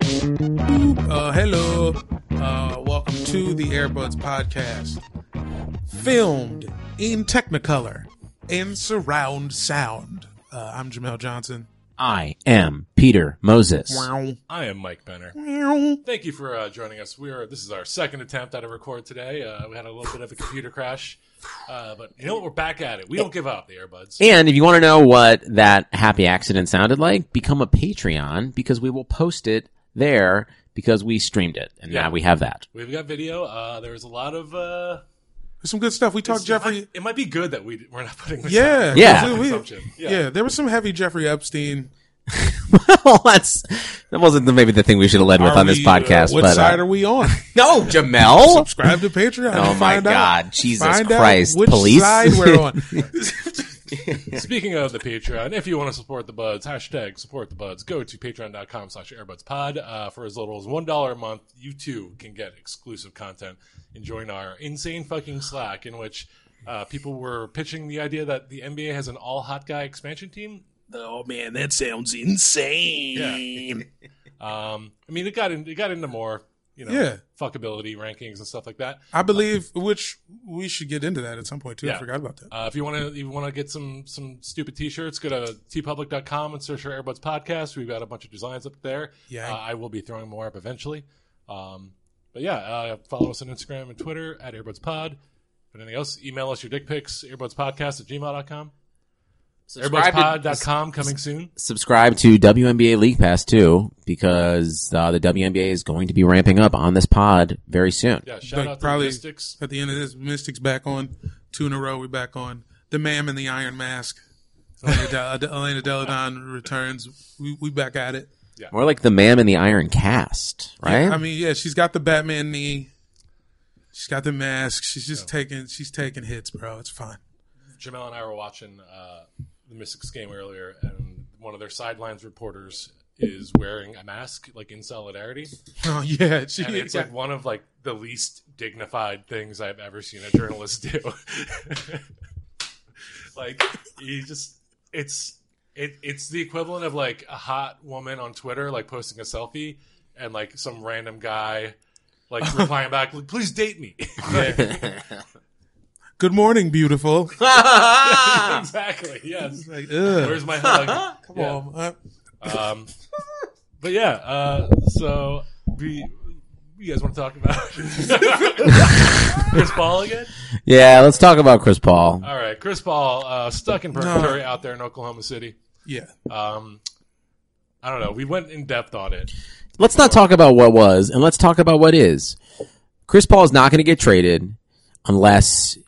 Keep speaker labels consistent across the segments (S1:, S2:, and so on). S1: Uh, hello. Uh, welcome to the Airbuds Podcast. Filmed in Technicolor and surround sound. Uh, I'm Jamel Johnson.
S2: I am Peter Moses.
S1: Wow.
S3: I am Mike Benner.
S1: Meow.
S3: Thank you for uh, joining us. We are this is our second attempt at a record today. Uh, we had a little bit of a computer crash, uh, but you know what? We're back at it. We don't give up, the earbuds.
S2: And if you want to know what that happy accident sounded like, become a Patreon because we will post it there because we streamed it and
S3: Yeah.
S2: now we have that.
S3: We've got video. Uh, there was a lot of uh,
S1: There's some good stuff. We talked
S3: It
S1: Jeffrey.
S3: might, it might be good that we we're not putting this.
S1: Yeah.
S3: out.
S2: Yeah.
S1: we- we-
S3: Consumption.
S1: yeah.
S3: Yeah.
S1: There was some heavy Jeffrey Epstein.
S2: well, that's that wasn't the, maybe the thing we should have led with
S1: Are
S2: on this
S1: we, uh,
S2: podcast.
S1: what
S2: but uh,
S1: side are we on?
S2: no, Jamel.
S1: Subscribe to Patreon.
S2: Oh
S1: and
S2: my
S1: find
S2: God.
S1: Out,
S2: Jesus
S1: find
S2: Christ.
S1: Out which
S2: Police?
S1: side we're on.
S3: Speaking of the Patreon, if you want to support the buds, hashtag support the buds, go to patreon.com slash airbudspod. Uh, for as little as $1 a month, you too can get exclusive content and join our insane fucking Slack in which uh, people were pitching the idea that the NBA has an all hot guy expansion team.
S1: oh man, that sounds insane.
S3: Um, I mean, it got, in, it got into more, you know,
S1: Yeah.
S3: fuckability rankings and stuff like that.
S1: I believe, which we should get into that at some point too. I
S3: Yeah.
S1: forgot about that.
S3: Uh, if you want to, you want to get some some stupid T-shirts, go to tpublic.com and search for Airbuds Podcast. We've got a bunch of designs up there.
S1: Yeah.
S3: uh, I will be throwing more up eventually. Um, but yeah, uh, follow us on Instagram and Twitter at Airbuds Pod. If anything else, email us your dick pics, airbudspodcast at gmail.com.
S2: Subscribe to,
S3: Airbudspod.com coming soon.
S2: subscribe to WNBA League Pass too because uh, the WNBA is going to be ramping up on this pod very soon.
S3: Yeah, shout
S1: Like,
S3: out to
S1: probably-
S3: the Mystics.
S1: At the end of this, Mystics back on. Two in a row, we back on. The Mam and the Iron Mask. Elena, Del- Elena Deladon returns. We, we back at it.
S2: More like the man in the iron cast, right?
S1: I mean, yeah, she's got the Batman knee. She's got the mask. She's just taking she's taking hits, bro. It's fine.
S3: Jamel and I were watching uh, the Mystics game earlier, and one of their sidelines reporters is wearing a mask, like in solidarity.
S1: Oh yeah, she,
S3: and it's like one of like the least dignified things I've ever seen a journalist do. like you just it's it it's the equivalent of like a hot woman on Twitter like posting a selfie and like some random guy like replying back like please date me.
S1: good morning, beautiful.
S3: exactly. Yes.
S1: Like, ugh.
S3: Where's my hug?
S1: Come
S3: Yeah.
S1: on, uh,
S3: Um, but yeah, uh, so we you guys want to talk about Chris Paul again?
S2: yeah, let's talk about Chris Paul.
S3: All right, Chris Paul uh, stuck in purgatory out there in Oklahoma City.
S1: yeah.
S3: Um, I don't know. We went in depth on it.
S2: Let's not talk about what was, and let's talk about what is. Chris Paul is not going to get traded unless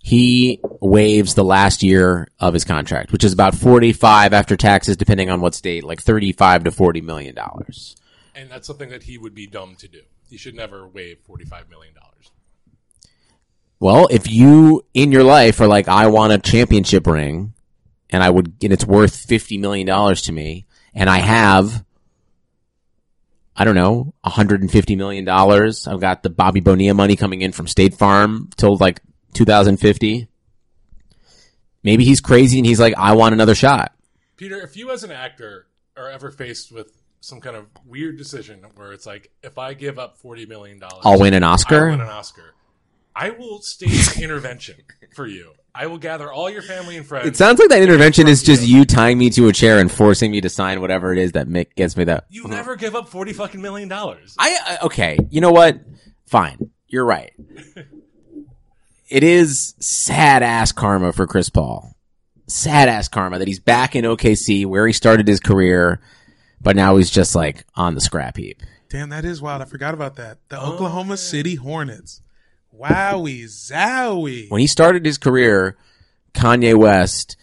S2: he waives the last year of his contract, which is about 45 after taxes, depending on what state, like 35 to 40 million dollars.
S3: and that's something that he would be dumb to do. He should never waive forty-five million dollars.
S2: Well, if you in your life are like, I want a championship ring and I would, and it's worth $50 million to me and I have, I don't know, $150 million. I've got the Bobby Bonilla money coming in from State Farm till like 2050. Maybe he's crazy and he's like, I want another shot.
S3: Peter, if you as an actor are ever faced with some kind of weird decision where it's like, if I give up forty million dollars,
S2: I'll win an Oscar.
S3: I win an Oscar. I will stage intervention for you. I will gather all your family and friends.
S2: It sounds like that intervention is just you tying me to a chair and forcing me to sign whatever it is that Mick gets me that.
S3: you never give up forty fucking million dollars.
S2: I I- okay. You know what? Fine. You're right. It is sad ass karma for Chris Paul. Sad ass karma that he's back in OKC where he started his career, but now he's just like on the scrap heap.
S1: Damn, that is wild. I forgot about that. The
S3: Oh,
S1: Oklahoma City Hornets. Wowie, zowie.
S2: When he started his career, Kanye West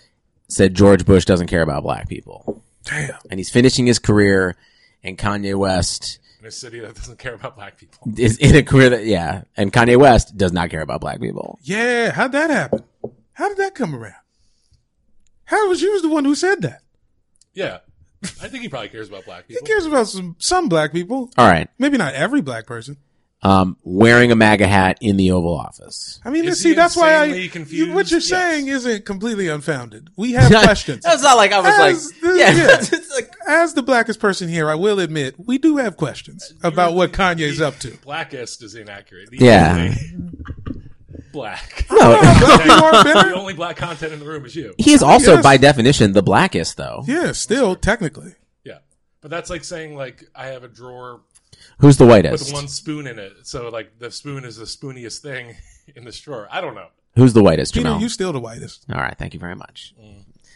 S2: said George Bush doesn't care about black people.
S1: Damn.
S2: And he's finishing his career, and Kanye West
S3: in a city that doesn't care about black people.
S2: is in a career that, yeah, and Kanye West does not care about black people.
S1: Yeah, how'd that happen? How did that come around? How was you was the one who said that?
S3: Yeah, I think he probably cares about black
S1: He
S3: people.
S1: cares about some some black people.
S2: All right.
S1: Maybe not every black person.
S2: Um, wearing a MAGA hat in the Oval Office.
S1: I mean,
S3: Is
S1: see,
S3: he
S1: that's why I
S3: insanely confused?
S1: you- what you're
S3: Yes.
S1: saying isn't completely unfounded. We have questions.
S2: That's not like I was
S1: As
S2: like,
S1: the-
S2: yeah,
S1: yeah.
S2: it's like,
S1: As the blackest person here, I will admit we do have questions about what Kanye's up to.
S3: Blackest is inaccurate. The
S2: Yeah.
S3: only Black.
S2: no.
S1: Black people are
S3: the
S1: better.
S3: only black content in the room is you.
S2: He is also,
S1: Yes.
S2: by definition, the blackest, though.
S1: Yeah, still technically.
S3: Yeah, but that's like saying like I have a drawer
S2: Who's the
S3: with
S2: whitest?
S3: one spoon in it, so like the spoon is the spooniest thing in this drawer. I don't know.
S2: Who's the whitest,
S1: Peter,
S2: Jamel?
S1: you still the whitest.
S2: All right, thank you very much.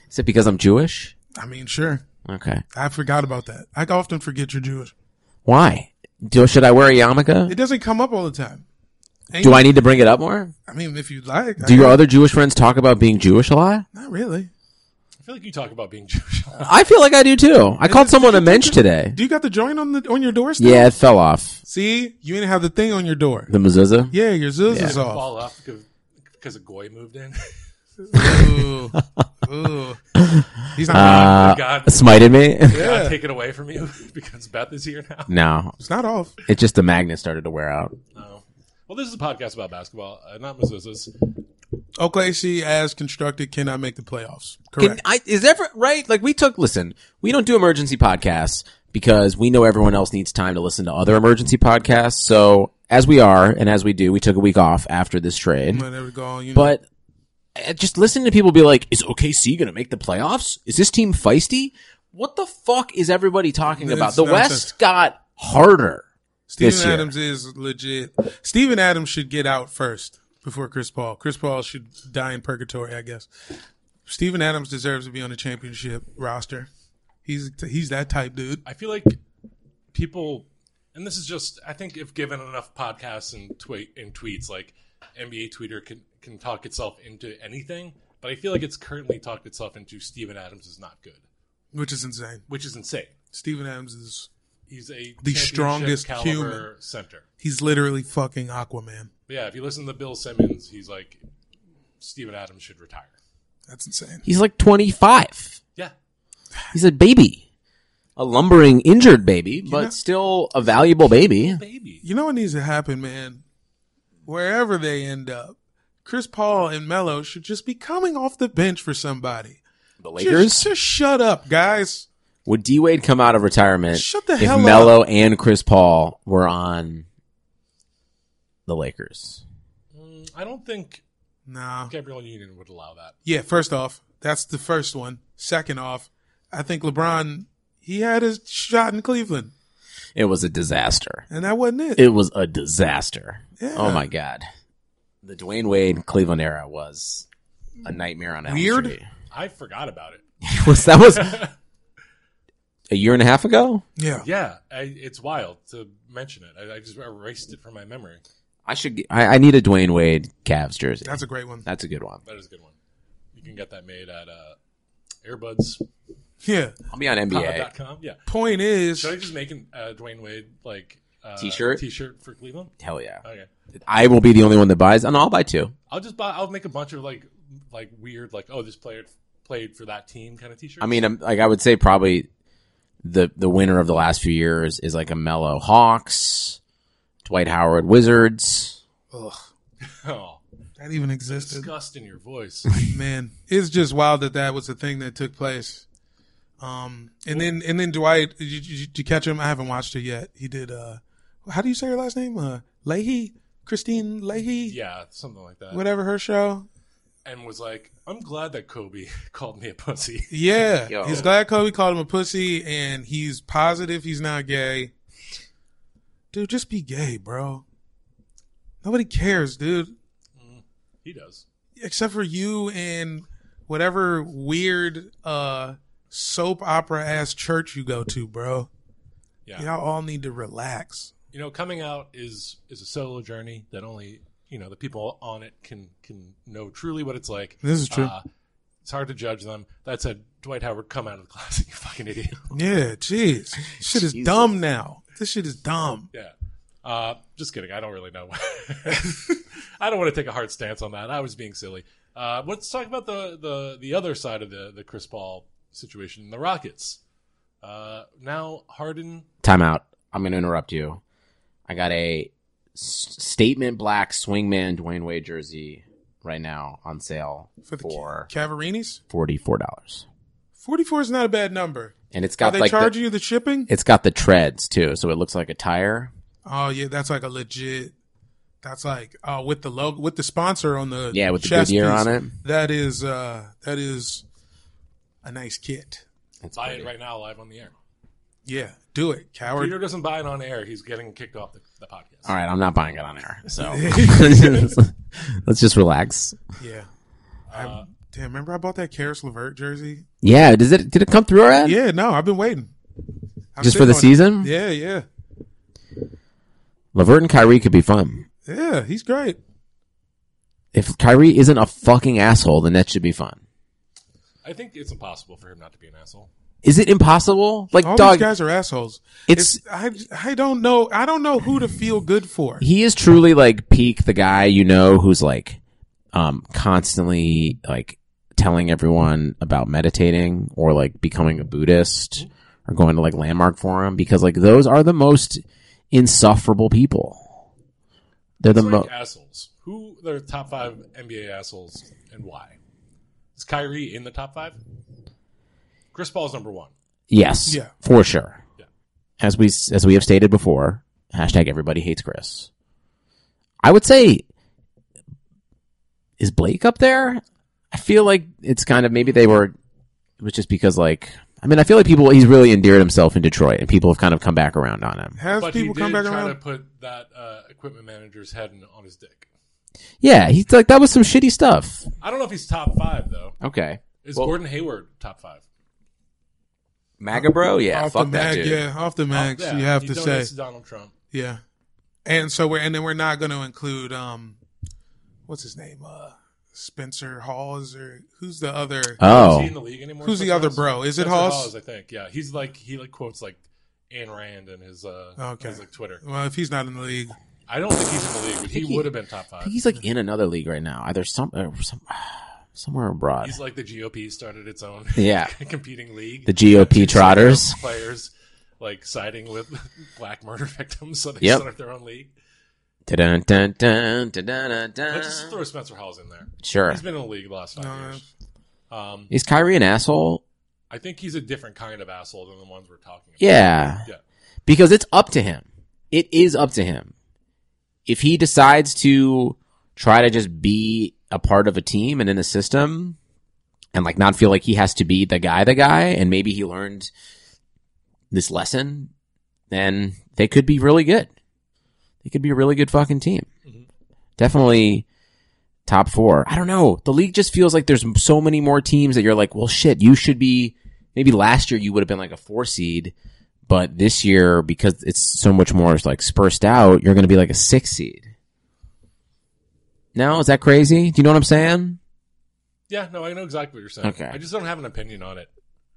S2: Is it because I'm Jewish?
S1: I mean, sure.
S2: Okay.
S1: I forgot about that. I often forget you're Jewish.
S2: Why? Do, should I wear
S1: It
S2: a yarmulke?
S1: doesn't come up all the time. Ain't-
S2: Do I need to bring it up more?
S1: I mean, if you'd like. I
S2: Do your
S1: guess.
S2: other Jewish friends talk about being Jewish a lot?
S1: Not really.
S3: I feel like you talk about being Jewish.
S2: I feel like I do too. I called someone a mensch today.
S1: Do you got the joint on the on your door still?
S2: Yeah, it fell off.
S1: See, you didn't have the thing on your door.
S2: The mezuzah?
S1: Yeah, your zuz is off.
S3: Fall off because a goy moved in.
S1: Ooh. Ooh. He's not. off.
S2: Uh,
S3: God,
S2: smited me?
S3: God, take it away from you because Beth is here now.
S2: no.
S1: It's not off.
S2: It's just the magnet started to wear out.
S3: No. Well, this is a podcast about basketball, uh, not mezuzahs.
S1: OKC, as constructed, cannot make the playoffs.
S2: Can
S1: Correct.
S2: I, is ever right? Like we took. Listen, we don't do emergency podcasts because we know everyone else needs time to listen to other emergency podcasts. So as we are and as we do, we took a week off after this trade.
S1: Well, there we go. You know.
S2: But uh, just listening to people be like, "Is OKC going to make the playoffs? Is this team feisty? What the fuck is everybody talking
S1: It's
S2: about? The
S1: nonsense.
S2: West got harder. this
S1: Steven
S2: year.
S1: Adams is legit. Steven Adams should get out first before Chris Paul. Chris Paul should die in purgatory, I guess. Steven Adams deserves to be on the championship roster. He's he's that type dude.
S3: I feel like people, and this is just, I think if given enough podcasts and tweet and tweets, like NBA Twitter can can talk itself into anything. But I feel like it's currently talked itself into Steven Adams is not good,
S1: Which is insane.
S3: which is insane.
S1: Steven Adams is
S3: He's a
S1: The strongest
S3: championship caliber
S1: human.
S3: center.
S1: he's literally fucking Aquaman.
S3: But yeah, if you listen to Bill Simmons, he's like Steven Adams should retire.
S1: That's insane.
S2: He's like twenty five.
S3: Yeah,
S2: He's a baby." A lumbering, injured baby, but still a valuable baby.
S3: baby.
S1: You know what needs to happen, man? Wherever they end up, Chris Paul and Melo should just be coming off the bench for somebody.
S2: The
S1: Just- Just, shut up, guys.
S2: Would D Wade come out of retirement
S1: Shut the
S2: if
S1: hell up.
S2: Melo and Chris Paul were on the Lakers?
S3: Mm, I don't think
S1: Nah.
S3: Gabriel Union would allow that.
S1: Yeah, first off, that's the first one. Second off, I think LeBron he had his shot in Cleveland,
S2: It was a disaster.
S1: and that wasn't it.
S2: It was a disaster.
S1: Yeah.
S2: Oh my god. The Dwayne Wade Cleveland era was a nightmare on Elm
S1: Weird.
S2: Street.
S3: I forgot about it.
S2: was that was a year and a half ago?
S1: yeah.
S3: Yeah, I, it's wild to mention it. I, I just erased it from my memory.
S2: I should get, I, I need a Dwayne Wade Cavs jersey.
S1: that's a great one.
S2: That's a good one.
S3: That is a good one. You can get that made at uh, AirbudsPod.com.
S1: Yeah.
S2: I'll be on NBA.
S3: Yeah.
S1: Point is,
S3: Should I just make an, uh, Dwayne Wade like uh,
S2: T-shirt?
S3: T-shirt for Cleveland?
S2: Hell yeah.
S3: Okay.
S2: I will be the only one that buys and I'll buy two.
S3: I'll just buy. I'll make a bunch of like like weird like oh this player played for that team kind of T-shirts.
S2: I mean, I'm, like I would say probably the the winner of the last few years is like a mellow Hawks, Dwight Howard Wizards.
S1: ugh,
S3: oh,
S1: that even existed.
S3: disgust in your voice.
S1: Man, it's just wild that that was the thing that took place. Um, and then and then Dwight, did you, did you- did you catch him? I haven't watched it yet. He did. uh How do you say her last name? Uh, Leahy, Christine Leahy,
S3: yeah, something like that.
S1: whatever her show.
S3: And was like, I'm glad that Kobe called me a pussy.
S1: Yeah,
S2: Yo.
S1: he's glad Kobe called him a pussy, and he's positive he's not gay. Dude, just be gay, bro. Nobody cares, dude,
S3: He does.
S1: except for you and whatever weird uh soap opera ass church you go to, bro.
S3: Yeah.
S1: Y'all all need to relax.
S3: you know, coming out is is a solo journey that only you know the people on it can can know truly what it's like.
S1: This is true.
S3: Uh, it's hard to judge them. That said, Dwight Howard, come out of the closet, you fucking idiot.
S1: Yeah, jeez. Shit is dumb now. This shit is dumb.
S3: yeah. Uh, just kidding. I don't really know. I don't want to take a hard stance on that. I was being silly. Uh, let's talk about the, the, the other side of the, the Chris Paul situation, the Rockets. Uh, now Harden.
S2: Timeout. I'm going to interrupt you. I got a s- statement black swingman Dwayne Wade jersey right now on sale
S1: For
S2: for,
S1: the Cavarini's?
S2: forty-four dollars,
S1: 44 is not a bad number.
S2: and it's
S1: Are
S2: got
S1: they
S2: like the-
S1: charging you the shipping?
S2: it's got the treads too, so it looks like a tire.
S1: Oh yeah, that's like a legit. That's like uh, with the logo, with the sponsor on the
S2: Yeah, with the
S1: chest
S2: Goodyear
S1: piece,
S2: on it.
S1: That is uh, that is a nice kit.
S2: It's
S3: Buy
S2: pretty.
S3: it right now live on the air.
S1: Yeah, do it, coward.
S3: Peter doesn't buy it on air. He's getting kicked off the, the podcast.
S2: All right, I'm not buying it on air. So let's just relax.
S1: yeah.
S3: Uh,
S1: I, damn, remember I bought that Karis Levert jersey?
S2: Yeah, does it did it come through already?
S1: Yeah, no, I've been waiting. I'm
S2: Just for the
S1: sitting on
S2: season?
S1: it. Yeah, yeah,
S2: Lavert and Kyrie could be fun.
S1: yeah. He's great.
S2: If Kyrie isn't a fucking asshole, then that should be fun.
S3: I think it's impossible for him not to be an asshole.
S2: Is it impossible? Like
S1: All
S2: dog,
S1: these guys are assholes.
S2: It's-
S1: I I don't know I don't know who to feel good for.
S2: he is truly like peak the guy you know who's like um constantly like telling everyone about meditating or like becoming a buddhist or going to like landmark forum because like those are the most insufferable people they're the
S3: It's
S2: most
S3: like assholes. Who are the top five NBA assholes and why? Is Kyrie in the top five? Chris Paul's number one.
S2: yes
S1: Yeah.
S2: for sure
S3: Yeah.
S2: as we as we have stated before hashtag everybody hates chris i would say is blake up there I feel like it's kind of maybe they were it was just because like I mean I feel like people he's really endeared himself in Detroit and people have kind of come back around on him.
S1: Has
S3: But
S1: people
S3: he did
S1: come back
S3: try
S1: around?
S3: to put that uh, equipment manager's head in, on his dick.
S2: Yeah, he's like that was some shitty stuff.
S3: I don't know if he's top five though.
S2: Okay.
S3: Is
S2: Well-
S3: Gordon Hayward top five?
S2: MAGA bro, yeah,
S1: off the mag, yeah, off the max.
S3: Oh, Yeah,
S1: you have
S3: he
S1: to
S3: donates
S1: say,
S3: to Donald Trump.
S1: yeah. And so we're and then we're not going to include um, what's his name? Uh, Spencer Hawes or who's the other?
S3: Is he
S2: Oh.
S3: in the league anymore?
S1: Who's the
S3: Chris
S1: other
S3: Paul's?
S1: bro? Is it
S3: Spencer
S1: Hawes?
S3: I think. Yeah, he's like he like quotes like Ayn Rand and his uh
S1: Okay.
S3: his like Twitter.
S1: well, if he's not in the league,
S3: I don't think he's in the league, but he
S2: he-
S3: would have been top
S2: I
S3: five.
S2: think he's like in another league right now. Either some or some somewhere abroad.
S3: He's like the GOP started its own
S2: Yeah.
S3: competing league.
S2: The GOP trotters.
S3: players like siding with black murder victims, so they
S2: Yep.
S3: started their own league.
S2: Dun, dun, dun, dun, dun, dun.
S3: Let's just throw Spencer Hawes in there.
S2: Sure.
S3: He's been in the league the last five
S1: No, no.
S3: years. Um,
S2: Is Kyrie an asshole?
S3: I think he's a different kind of asshole than the ones we're talking about.
S2: Yeah.
S3: Yeah.
S2: because it's up to him. It is up to him. If he decides to try to just be a part of a team and in a system and like not feel like he has to be the guy, the guy, and maybe he learned this lesson, then they could be really good. They could be a really good fucking team. Definitely top four. I don't know. The league just feels like there's so many more teams that you're like, well, shit, you should be. Maybe last year you would have been like a four seed, but this year because it's so much more like dispersed out, you're going to be like a six seed. No, is that crazy? Do you know what I'm saying?
S3: Yeah, no, I know exactly what you're saying.
S2: Okay.
S3: I just don't have an opinion on it.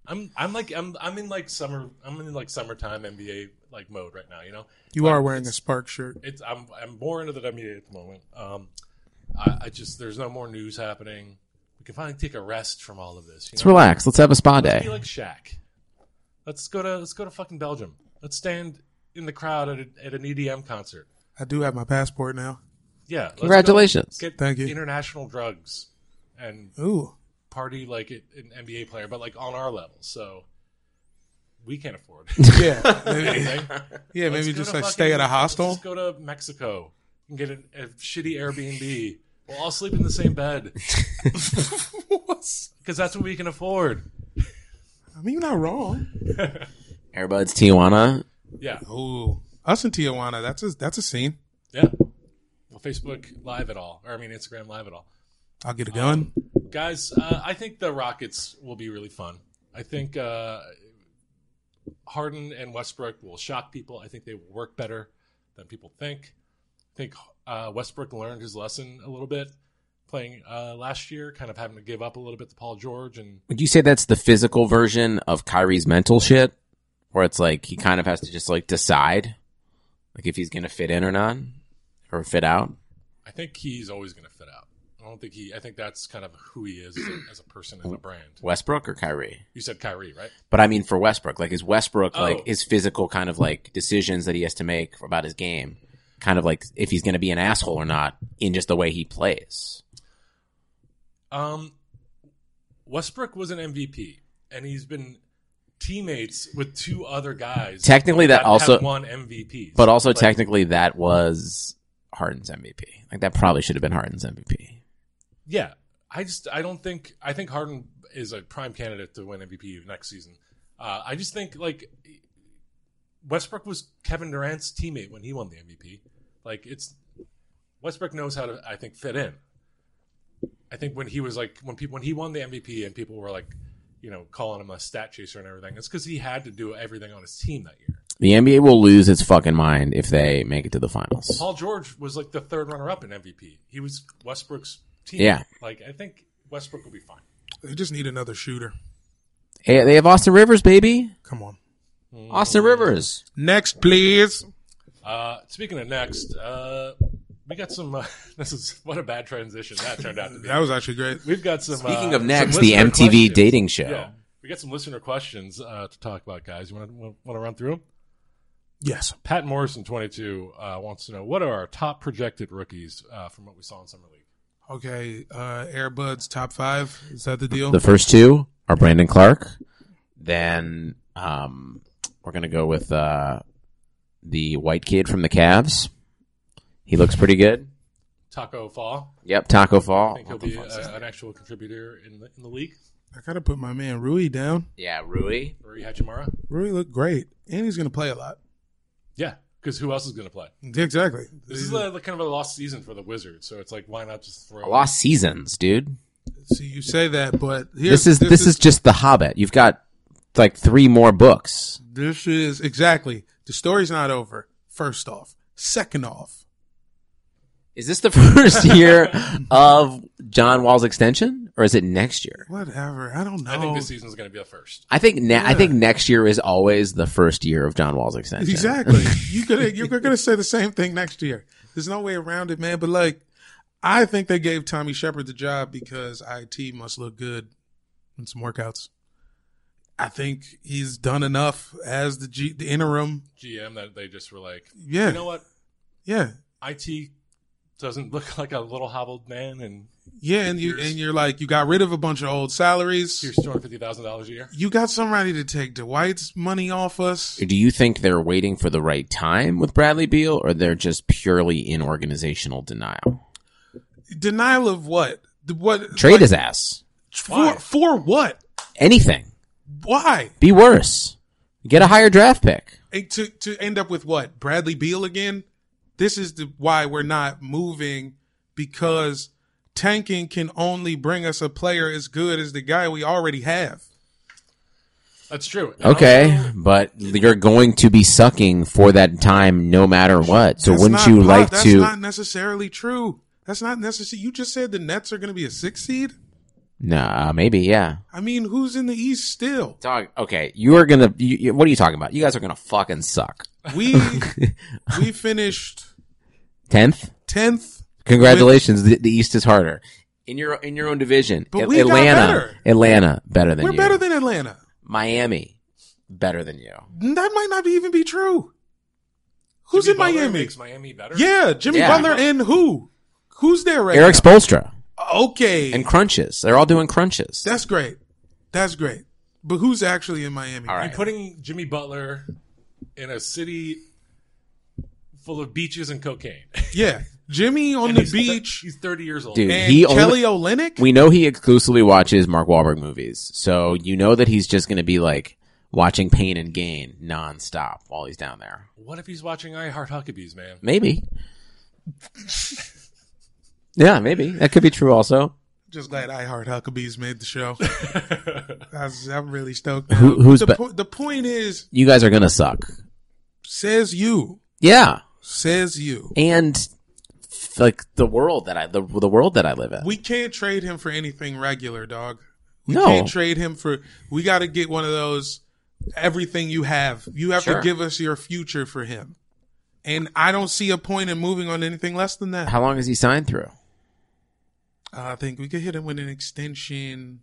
S3: I'm I'm like I'm I'm in like summer I'm in like summertime NBA like mode right now, you know?
S1: you are wearing a Spark shirt.
S3: it's I'm I'm more into the WNBA at the moment. Um, I, I just there's no more news happening. We can finally take a rest from all of this. You
S2: Let's
S3: know?
S2: relax. Let's have a spa
S3: Be
S2: day.
S3: like Shaq. Let's go to let's go to fucking Belgium. Let's stand in the crowd at, a, at an EDM concert.
S1: I do have my passport now.
S3: Yeah, let's go
S2: Congratulations.
S3: Get
S1: Thank you.
S3: International drugs and
S1: Ooh,
S3: party like it, an NBA player, but like on our level. So we can't afford.
S1: yeah, maybe,
S3: anything.
S1: yeah.
S3: Let's
S1: Maybe
S3: go
S1: just
S3: to
S1: like
S3: fucking-
S1: stay at a hostel.
S3: Let's just go to Mexico and get a, a shitty Airbnb. We'll all sleep in the same bed because that's what we can afford.
S1: I mean, you're not wrong.
S2: Airbuds Tijuana.
S3: Yeah,
S1: Ooh, us in Tijuana. That's a that's a scene.
S3: yeah. Well, Facebook Live at all, or I mean Instagram Live at all, Um,
S1: I'll get a gun.
S3: guys. Uh, I think the Rockets will be really fun. I think uh, Harden and Westbrook will shock people. I think they will work better than people think. I think uh, Westbrook learned his lesson a little bit playing uh, last year, kind of having to give up a little bit to Paul George and
S2: Would you say that's the physical version of Kyrie's mental shit, where it's like he kind of has to just like decide, like if he's gonna fit in or not, or fit out?
S3: I think he's always going to fit out. I don't think he. I think that's kind of who he is as a, as a person and a brand.
S2: Westbrook or Kyrie?
S3: You said Kyrie, right?
S2: But I mean for Westbrook, like is Westbrook
S3: Oh.
S2: like his physical kind of like decisions that he has to make about his game, kind of like if he's going to be an asshole or not in just the way he plays.
S3: Um, Westbrook was an MVP, and he's been teammates with two other guys.
S2: Technically, that
S3: have
S2: also-
S3: won MVPs,
S2: But also
S3: Like,
S2: technically that was Harden's MVP. Like that probably should have been Harden's MVP.
S3: yeah. I just I don't think I think Harden is a prime candidate to win MVP next season. Uh, I just think like Westbrook was Kevin Durant's teammate when he won the MVP. Like it's Westbrook knows how to I think fit in. I think when he was like when people when he won the MVP and people were like, you know, calling him a stat chaser and everything, it's because he had to do everything on his team that year.
S2: The NBA will lose its fucking mind if they make it to the finals.
S3: Paul George was like the third runner up in MVP. He was Westbrook's team.
S2: Yeah.
S3: Like I think Westbrook will be fine.
S1: They just need another shooter.
S2: Hey, they have Austin Rivers, baby.
S1: Come on.
S2: Austin Rivers.
S1: Next, please.
S3: Uh, speaking of next, uh, we got some. Uh, this is what a bad transition that turned out to be.
S1: That was actually great.
S3: We've got some.
S2: Speaking
S3: uh,
S2: of next,
S3: some
S2: the
S3: listener
S2: MTV
S3: questions.
S2: dating show.
S3: Yeah, we got some listener questions uh, to talk about, guys. You want to want to run through them?
S1: Yes.
S3: Pat Morrison, twenty two, uh, wants to know what are our top projected rookies uh, from what we saw in summer league.
S1: Okay. Uh, Airbuds top five. Is that the deal?
S2: The first two are Brandon Clark. Then um, we're gonna go with uh, the white kid from the Cavs. He looks pretty good.
S3: Taco Fall,
S2: Yep, Taco Oh, Fall.
S3: I think he'll
S2: What the
S3: be
S2: fuck's his
S3: uh,
S2: name?
S3: an actual contributor in the in the league.
S1: I gotta put my man Rui down.
S2: yeah, Rui.
S3: Rui Hachimura,
S1: Rui looked great, and he's gonna play a lot.
S3: yeah, because who else is going to play?
S1: Exactly.
S3: This is a, kind of a lost season for the Wizards, so it's like why not just throw
S2: Lost seasons, dude.
S1: See, you say that, but here,
S2: This is this, is, just the Hobbit. You've got like three more books.
S1: this is exactly the story's not over. First off, second off,
S2: Is this the first year of John Wall's extension, or is it next year?
S1: whatever. I don't know.
S3: I think this season's going to be the first.
S2: I think ne- I think next year is always the first year of John Wall's extension.
S1: Exactly. you could you're gonna say the same thing next year. There's no way around it, man. But like, I think they gave Tommy Shepard the job because IT must look good in some workouts. I think he's done enough as the G, the interim.
S3: GM that they just were like,
S1: Yeah,
S3: you know what?
S1: yeah,
S3: IT doesn't look like a little hobbled man, and
S1: yeah. And you and you're like, you got rid of a bunch of old salaries.
S3: here's two hundred fifty thousand dollars a year.
S1: You got somebody to take Dwight's money off us.
S2: Do you think they're waiting for the right time with Bradley Beal, or they're just purely in organizational denial?
S1: Denial of what? The- What
S2: Trade his ass.
S1: for? For what?
S2: Anything.
S1: Why?
S2: Be worse. Get a higher draft pick.
S1: And to to end up with what Bradley Beal again. This is the why we're not moving because tanking can only bring us a player as good as the guy we already have.
S3: That's true. And
S2: Okay,
S3: also,
S2: but you're going to be sucking for that time no matter what. So
S1: That's
S2: wouldn't
S1: not
S2: you
S1: po-
S2: like
S1: that's
S2: to?
S1: not necessarily true. That's not necessary. You just said the Nets are going to be a six seed.
S2: Nah, maybe yeah.
S1: I mean, who's in the East still?
S2: Dog. Okay, you are gonna. You, you- what are you talking about? You guys are gonna fucking suck.
S1: We we finished
S2: Tenth.
S1: tenth.
S2: Congratulations. The, the East is harder. In your in your own division,
S1: But
S2: At-
S1: we got
S2: Atlanta,
S1: better.
S2: Atlanta, better than
S1: We're
S2: you.
S1: better than Atlanta.
S2: Miami, better than you.
S1: That might not be, even be true. Who's
S3: Jimmy
S1: in
S3: Butler
S1: Miami?
S3: Makes Miami better.
S1: Yeah, Jimmy
S2: Yeah.
S1: Butler and who? Who's there right
S2: Eric
S1: now?
S2: Spolstra
S1: Okay.
S2: and crunches. They're all doing crunches.
S1: That's great. That's great. But who's actually in Miami?
S2: All
S3: You're
S2: right.
S3: putting Jimmy Butler in a city full of beaches and cocaine
S1: Yeah. Jimmy on
S3: And
S1: the
S3: he's thir-
S1: beach
S3: he's thirty years old.
S2: Dude,
S1: and
S2: he
S1: Kelly
S2: only,
S1: Olynyk.
S2: we know he exclusively watches Mark Wahlberg movies, so you know that he's just going to be like watching Pain and Gain nonstop while he's down there.
S3: What if he's watching I Heart Huckabees, man?
S2: Maybe. yeah, maybe that could be true. Also,
S1: Just glad I Heart Huckabees made the show. I was, I'm really stoked.
S2: Who- who's
S1: the,
S2: be-
S1: po- the point is,
S2: You guys are gonna suck.
S1: says you,
S2: Yeah,
S1: says you.
S2: and f- like the world that I the, the world that I live in.
S1: We can't trade him for anything regular, dog. We
S2: No.
S1: can't trade him for. We got to get one of those. Everything you have, you have to
S2: Sure.
S1: give us your future for him. And I don't see a point in moving on anything less than that.
S2: How long is he signed through?
S1: I think we could hit him with an extension,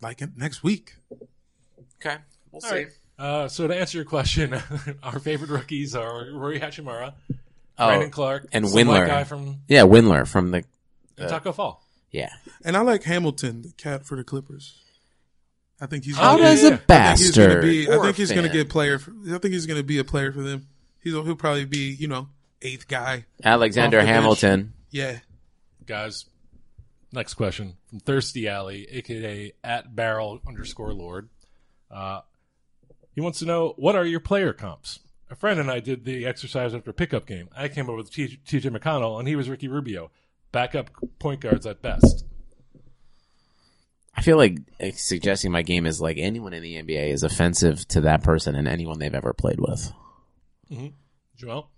S1: like in- next week.
S2: Okay, we'll
S3: All right. Uh, so to answer your question, our favorite rookies are Rory Hachimura, Brandon Clark,
S2: Oh, and
S3: some white
S2: Windler.
S3: guy from
S2: Yeah, Windler from the
S3: Taco Fall.
S2: yeah.
S1: And I like Hamilton, the cat for the Clippers. I think he's.
S2: Out
S1: gonna-
S2: as
S3: yeah.
S2: a
S1: I think he's gonna
S2: bastard.
S1: be. I
S2: Or
S1: think he's going to
S2: fan.
S1: get player. For, I think he's going to be a player for them. He's he'll probably be you know eighth guy.
S2: Alexander
S1: off the bench.
S2: Hamilton.
S1: Yeah.
S3: Guys, next question from Thirsty Alley, aka at Barrel underscore Lord. Uh, he wants to know what are your player comps. A friend and I did the exercise after pickup game. I came up with T- T.J. McConnell, and he was Ricky Rubio, backup point guards at best.
S2: I feel like eh, suggesting my game is like anyone in the NBA is offensive to that person and anyone they've ever played with.
S3: Joel,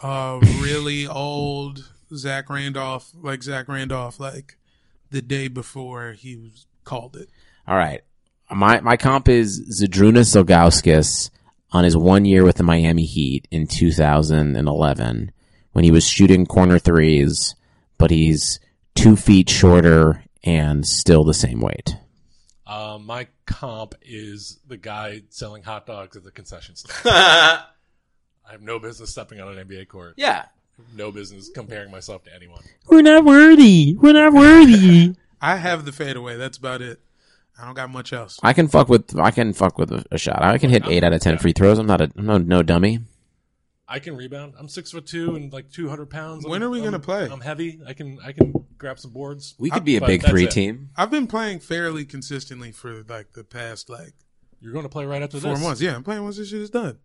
S1: uh, really old Zach Randolph, like Zach Randolph, like the day before he was called it.
S2: All right. My my comp is Zadrunas Ilgauskas on his one year with the Miami Heat in 2011 when he was shooting corner threes, but he's two feet shorter and still the same weight.
S3: uh, my comp is the guy selling hot dogs at the concession stand. I have no business stepping on an NBA court.
S2: yeah.
S3: No business comparing myself to anyone.
S2: We're not worthy. We're not worthy.
S1: I have the fadeaway. That's about it. I don't got much else.
S2: I can fuck with I can fuck with a, a shot. I can hit eight out of ten free throws. I'm not a I'm no, no dummy.
S3: I can rebound. I'm six foot two and like two hundred pounds.
S1: When
S3: I'm-
S1: are we gonna
S3: I'm-
S1: play?
S3: I'm heavy. I can I can grab some boards.
S2: We could be a
S3: But
S2: big
S3: that's
S2: three
S3: it.
S2: team.
S1: I've been playing fairly consistently for like the past like
S3: You're going to play right after
S1: four
S3: this.
S1: months. Yeah, I'm playing once this shit is done.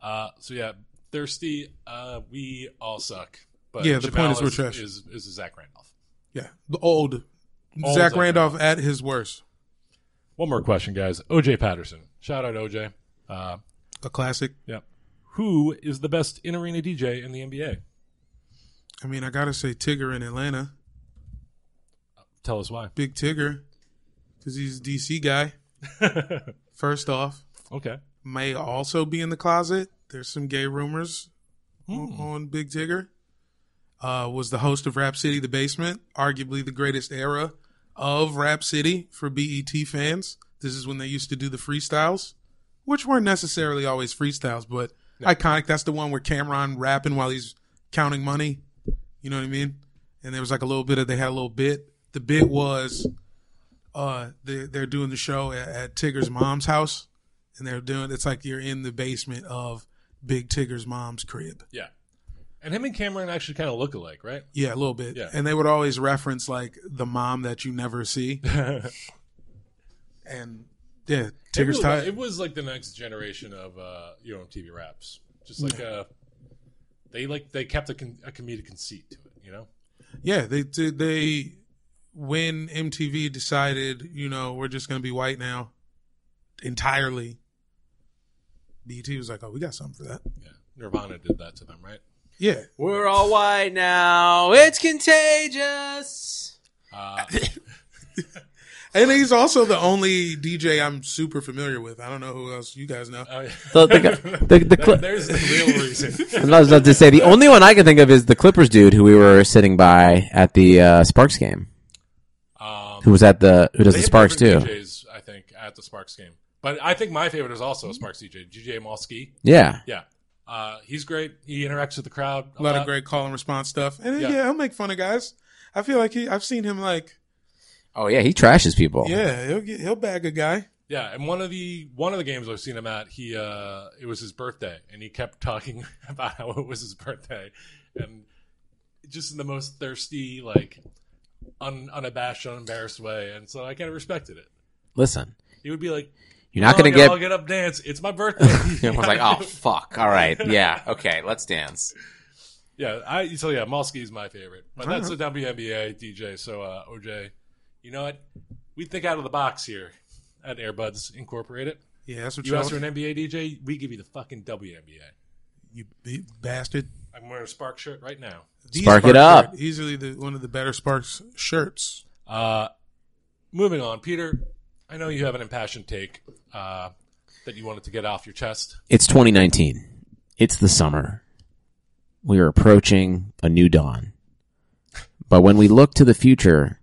S3: Uh, so yeah, thirsty. Uh, we all suck. But
S1: Yeah, the
S3: Jamal
S1: point is we're trash.
S3: Is is Zach Randolph?
S1: Yeah, the old,
S3: Old
S1: Zach
S3: Zach
S1: Randolph at his worst.
S3: One more question, guys. OJ Patterson. Shout out OJ. Uh,
S1: A classic.
S3: yeah. Who is the best in arena DJ in the NBA?
S1: I mean, I gotta say Tigger in Atlanta,
S3: Tell us why.
S1: Big Tigger, because he's a DC guy. First off,
S3: Okay.
S1: may also be in the closet. There's some gay rumors on- on Big Tigger. Uh, was the host of Rap City, The Basement, arguably the greatest era of Rap City for BET fans. This is when they used to do the freestyles, which weren't necessarily always freestyles, but iconic. That's the one where Cameron rapping while he's counting money. You know what I mean? And there was like a little bit of they had a little bit. The bit was uh they, they're doing the show at, at Tigger's mom's house and they're doing it's like you're in the basement of Big Tigger's mom's crib.
S3: Yeah. And him and Cameron actually kind of look alike, right?
S1: Yeah, a little bit.
S3: Yeah.
S1: And they would always reference like the mom that you never see. and yeah,
S3: It
S1: Tigger's
S3: was-
S1: tight.
S3: It was like the next generation of uh, you know TV raps. Just like uh, they like they kept a, con- a comedic conceit to it. You know,
S1: Yeah, they they- they when MTV decided, you know, we're just going to be white now entirely. BT was like, "Oh, we got something for that."
S3: yeah. Nirvana did that to them, right?
S1: Yeah.
S2: We're all white now. It's contagious.
S3: Uh,
S1: And he's also the only DJ I'm super familiar with. I don't know who else you guys know.
S3: uh,
S2: The, the, the, the Cl-
S3: there's the real reason.
S2: I was about to say the only one I can think of is the Clippers dude who we were sitting by at the uh, Sparks game,
S3: Um,
S2: who was at the who does the
S3: they have
S2: Sparks too.
S3: different DJs, I think at the Sparks game, but I think my favorite is also a Sparks DJ, DJ Malski.
S2: Yeah,
S3: Yeah, uh, he's great. He interacts with the crowd.
S1: A lot of great call and response stuff. And yeah,
S3: Yeah.
S1: he'll make fun of guys. I feel like he I've seen him like,
S2: Oh yeah, he trashes people.
S1: yeah, he'll get, he'll bag a guy.
S3: Yeah, and one of the one of the games I've seen him at, he uh it was his birthday and he kept talking about how it was his birthday and just in the most thirsty, like un, unabashed, unembarrassed way, and so I kind of respected it.
S2: Listen,
S3: He would be like,
S2: you're not
S3: "Oh,
S2: gonna
S3: yeah,
S2: get. "Oh."
S3: I'll get up dance. It's my birthday."
S2: I was like, oh fuck. All right, yeah, okay, let's dance.
S3: Yeah, I so yeah, Malsky's my favorite, but that's a WNBA DJ. So uh, OJ, you know what? We think out of the box here at Airbuds Incorporated.
S1: Yeah, that's what
S3: You
S1: you
S3: ask for an NBA DJ, we give you the fucking WNBA.
S1: You b- bastard.
S3: I'm wearing a Spark shirt right now.
S1: The
S2: Spark it up.
S1: shirt, Easily the, one of the better Sparks shirts.
S3: Uh, moving on, Peter. I know you have an impassioned take uh, that you wanted to get off your chest.
S2: It's 2019. It's the summer. We are approaching a new dawn. But when we look to the future,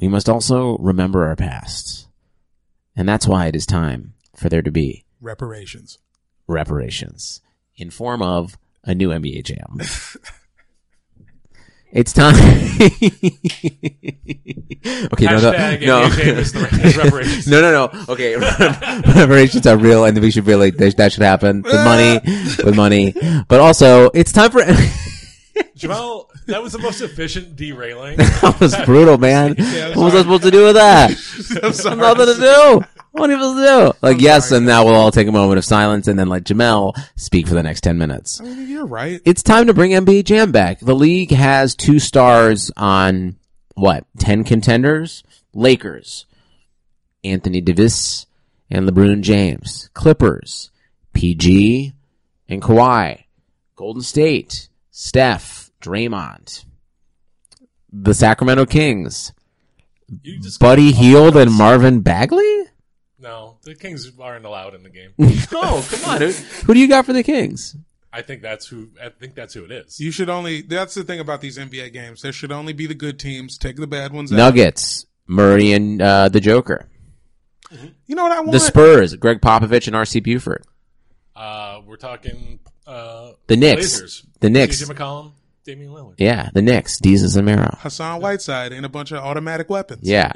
S2: we must also remember our past. And that's why it is time for there to be
S1: Reparations.
S2: reparations in form of a new NBA jam. it's time. okay, no, no,
S3: Hashtag
S2: no.
S3: NBA Davis, the Rangers reparations.
S2: No, no, no. Okay, reparations are real, and we should really that that should happen with money, with money. But also, it's time for.
S3: Jamal, that was the most efficient derailing.
S2: that was brutal, man. what was I supposed to do with that? Nothing to do. What are you supposed to do? Like, yes, and now we'll all take a moment of silence, and then let Jamel speak for the next ten minutes.
S1: I mean, you're right.
S2: it's time to bring NBA Jam back. The league has two stars on what? 10 contenders? Lakers, Anthony Davis and LeBron James, Clippers, PG and Kawhi, Golden State, Steph, Draymond, the Sacramento Kings,
S3: You just
S2: Buddy Heald and Marvin Bagley?
S3: no, the Kings aren't allowed in the game.
S2: No, come on, dude. Who do you got for the Kings?
S3: I think that's who. I think that's who it is.
S1: You should only. That's the thing about these NBA games. There should only be the good teams. Take the bad ones out.
S2: Nuggets, Murray and uh, the Joker.
S1: You know what I want?
S2: The Spurs, Greg Popovich and RC Buford.
S3: Uh, we're talking uh,
S2: The Knicks.
S3: Blazers.
S2: The Knicks.
S3: CJ McCollum, Damian Lillard.
S2: Yeah, the Knicks, Desus and Mero.
S1: Hassan Whiteside and a bunch of automatic weapons.
S2: Yeah.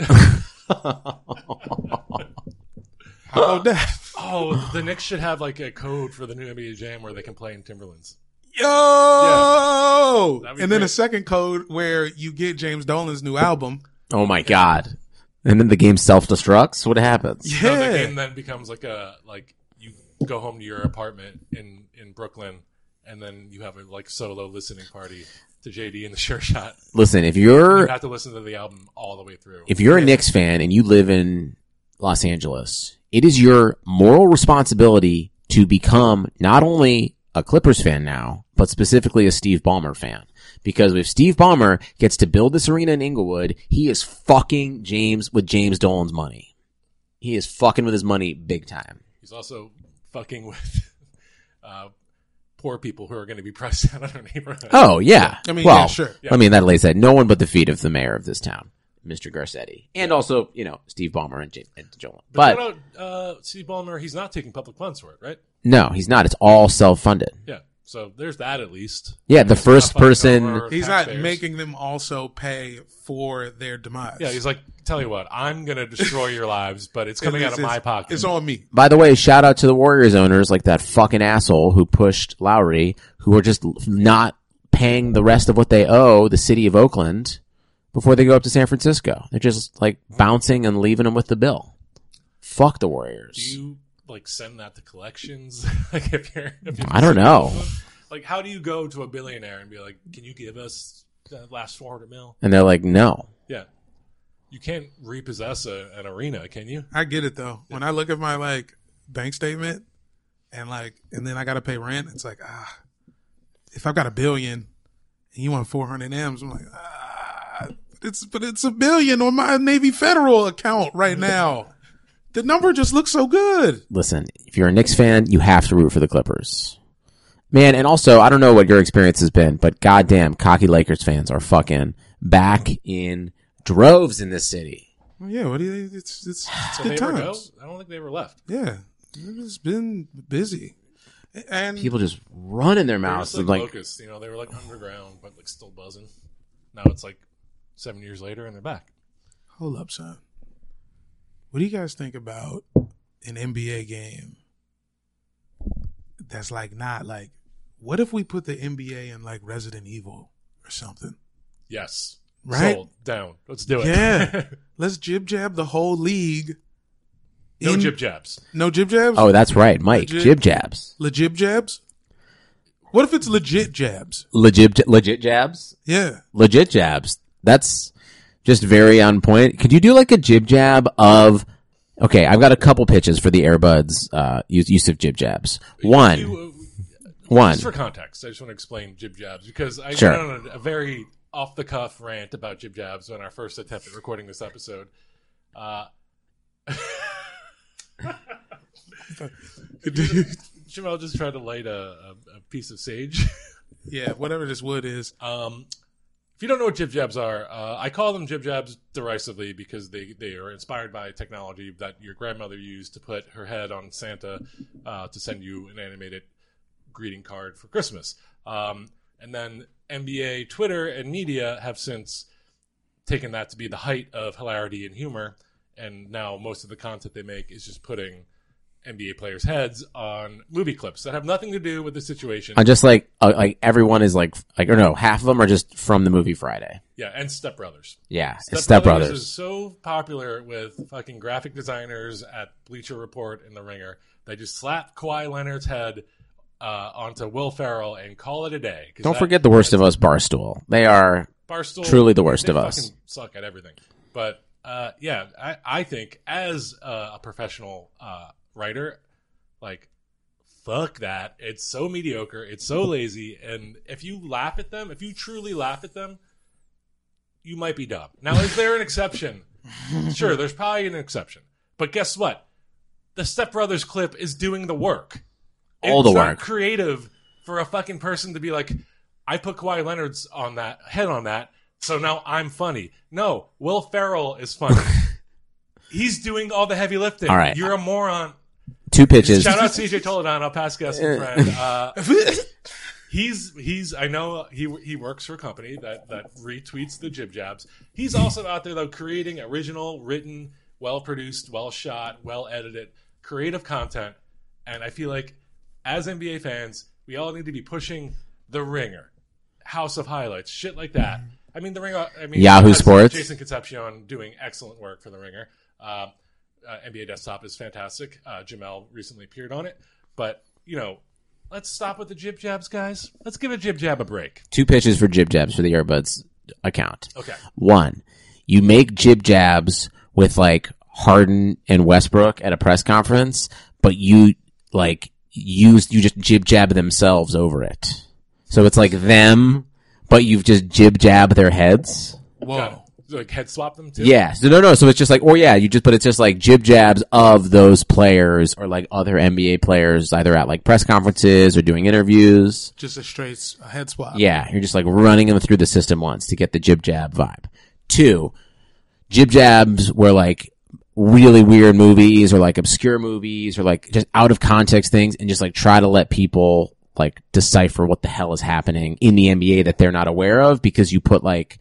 S1: How about that?
S3: Oh, the Knicks should have like a code for the new NBA Jam where they can play in Timberlands.
S1: Yo!
S3: That'd
S1: and
S3: be
S1: then
S3: great.
S1: a second code where you get James Dolan's new album.
S2: oh my god. And then the game self destructs. What happens?
S3: No, the
S1: Yeah.
S3: game then becomes like a like you go home to your apartment in in Brooklyn, and then you have a like solo listening party to JD and the Sure Shot.
S2: Listen, if
S3: You
S2: you're
S3: have to listen to the album all the way through.
S2: Er, if you're a Knicks fan and you live in Los Angeles, it is your moral responsibility to become not only a Clippers fan now, but specifically a Steve Ballmer fan. Because if Steve Ballmer gets to build this arena in Inglewood, he is fucking James with James Dolan's money. He is fucking with his money big time.
S3: He's also fucking with uh, poor people who are going to be pressed out of their neighborhood.
S2: Oh yeah.
S1: I mean,
S2: well,
S1: yeah, sure.
S2: I mean, that lays that no one but the feet of the mayor of this town, Mr. Garcetti, and also you know Steve Ballmer and, J- and Joel. But,
S3: what about uh, Steve Ballmer? He's not taking public funds for it, right?
S2: no, he's not. It's all self-funded.
S3: Yeah. So there's that at least.
S2: Yeah, the first
S3: fucking
S2: person.
S3: over
S1: He's
S3: taxpayers.
S1: not making them also pay for their demise.
S3: Yeah, he's like, tell you what, I'm gonna destroy your lives, but it's
S1: It-
S3: coming out
S1: it's-
S3: of my
S1: it's-
S3: pocket.
S1: It's on me.
S2: By the way, shout out to the Warriors owners, like that fucking asshole who pushed Lowry, who are just not paying the rest of what they owe the city of Oakland before they go up to San Francisco. They're just like bouncing and leaving them with the bill. Fuck the Warriors.
S3: do you like send that to collections? like if you're, if you're
S2: I don't know.
S3: Like, how do you go to a billionaire and be like, can you give us the last 400 mil?
S2: And they're like, no.
S3: Yeah. You can't repossess a, an arena, can you?
S1: I get it though. When I look at my like bank statement and like and then I gotta pay rent, it's like ah if I've got a billion and you want four hundred M's, I'm like, ah it's but it's a billion on my Navy Federal account right now. The number just looks so good.
S2: listen, if you're a Knicks fan, you have to root for the Clippers. Man, and also, I don't know what your experience has been, but goddamn, cocky Lakers fans are fucking back in droves in this city.
S1: Well, yeah, what do you it's it's, it's
S3: So
S1: good
S3: they were go?
S1: times.
S3: I don't think they ever left.
S1: Yeah. It's been busy. And
S2: People just running their
S3: They were
S2: mouths
S3: just like,
S2: like,
S3: locusts, you know, they were like underground, but like still buzzing. Now it's like seven years later and they're back.
S1: Hold up, son. What do you guys think about an NBA game that's like not like what if we put the NBA in like Resident Evil or something?
S3: Yes.
S1: Right?
S3: Sold. Down. Let's do it.
S1: Yeah. Let's jib jab the whole league.
S3: no
S1: in-
S3: jib jabs.
S1: No jib jabs?
S2: oh, that's right, Mike,
S1: Legit.
S2: jib jabs.
S1: Le jib jabs? What if it's legit jabs?
S2: Legit, legit jabs,
S1: Yeah.
S2: legit jabs. That's just very on point. Could you do like a jib jab of? Okay, I've got a couple pitches for the Airbuds uh, use, use of jib jabs. One,
S3: You, uh,
S2: one.
S3: Just for context, I just want to explain jib jabs because I
S2: Sure.
S3: went on a, a very off the cuff rant about jib jabs on our first attempt at recording this episode. Uh, Jamel just tried to light a, a, a piece of sage.
S1: yeah, whatever this wood is.
S3: Um, if you don't know what jib jabs are, uh, I call them jib jabs derisively because they, they are inspired by technology that your grandmother used to put her head on Santa uh, to send you an animated greeting card for Christmas. Um, and then NBA, Twitter, and media have since taken that to be the height of hilarity and humor. And now most of the content they make is just putting NBA players' heads on movie clips that have nothing to do with the situation.
S2: I'm just like uh, like everyone is like like or no, half of them are just from the movie Friday.
S3: yeah, and Step Brothers.
S2: Yeah, Step,
S3: Step
S2: Brothers.
S3: Brothers is so popular with fucking graphic designers at Bleacher Report and The Ringer. They just slap Kawhi Leonard's head uh, onto Will Ferrell and call it a day. 'Cause
S2: Don't
S3: that-
S2: forget the worst of us barstool. They are
S3: Barstool,
S2: truly the worst
S3: they
S2: of us.
S3: fucking Suck at everything. But uh, yeah, I, I think as uh, a professional uh, writer, like fuck that. It's so mediocre. It's so lazy. And if you laugh at them, if you truly laugh at them, you might be dumb. Now, is there an exception? sure, there's probably an exception. But guess what? The Step Brothers clip is doing the work.
S2: All
S3: it's
S2: the
S3: not
S2: work.
S3: creative for a fucking person to be like, I put Kawhi Leonard's on that head on that, so now I'm funny. No, Will Ferrell is funny. He's doing all the heavy lifting.
S2: All right.
S3: You're a moron.
S2: two pitches.
S3: Shout out CJ Toledano, our past guest and friend. Uh, he's he's I know he he works for a company that that retweets the jib jabs. He's also out there though creating original, written, well produced, well shot, well edited, creative content. And I feel like as NBA fans, we all need to be pushing the ringer, House of Highlights, shit like that. I mean, the ringer. I mean,
S2: Yahoo
S3: that's
S2: Sports.
S3: Jason Concepcion doing excellent work for the ringer. Uh, uh, NBA Desktop is fantastic. Uh, Jamel recently appeared on it, but you know, let's stop with the jib jabs, guys. Let's give a jib jab a break.
S2: two pitches for jib jabs for the earbuds account.
S3: Okay.
S2: One, you make jib jabs with like Harden and Westbrook at a press conference, but you like use you just jib jab themselves over it. So it's like them, but you've just jib jab their heads.
S3: Got it. Like head swap them too.
S2: Yeah. So no, no. So it's just like, or yeah, you just, but it's just like jib jabs of those players or like other NBA players, either at like press conferences or doing interviews.
S1: Just a straight s- a head swap.
S2: Yeah. You're just like running them through the system once to get the jib jab vibe. Two, jib jabs were like really weird movies or like obscure movies or like just out of context things and just like try to let people like decipher what the hell is happening in the NBA that they're not aware of because you put like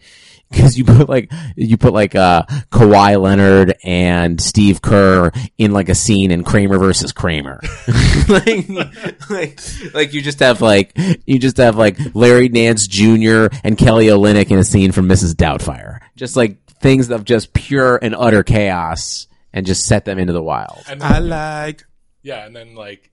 S2: because you put like you put like uh Kawhi Leonard and Steve Kerr in like a scene in Kramer versus Kramer. like, like like you just have like you just have like Larry Nance Jr. and Kelly Olynyk in a scene from Mrs. Doubtfire. Just like things of just pure and utter chaos and just set them into the wild.
S3: And then,
S1: I like.
S3: yeah, and then like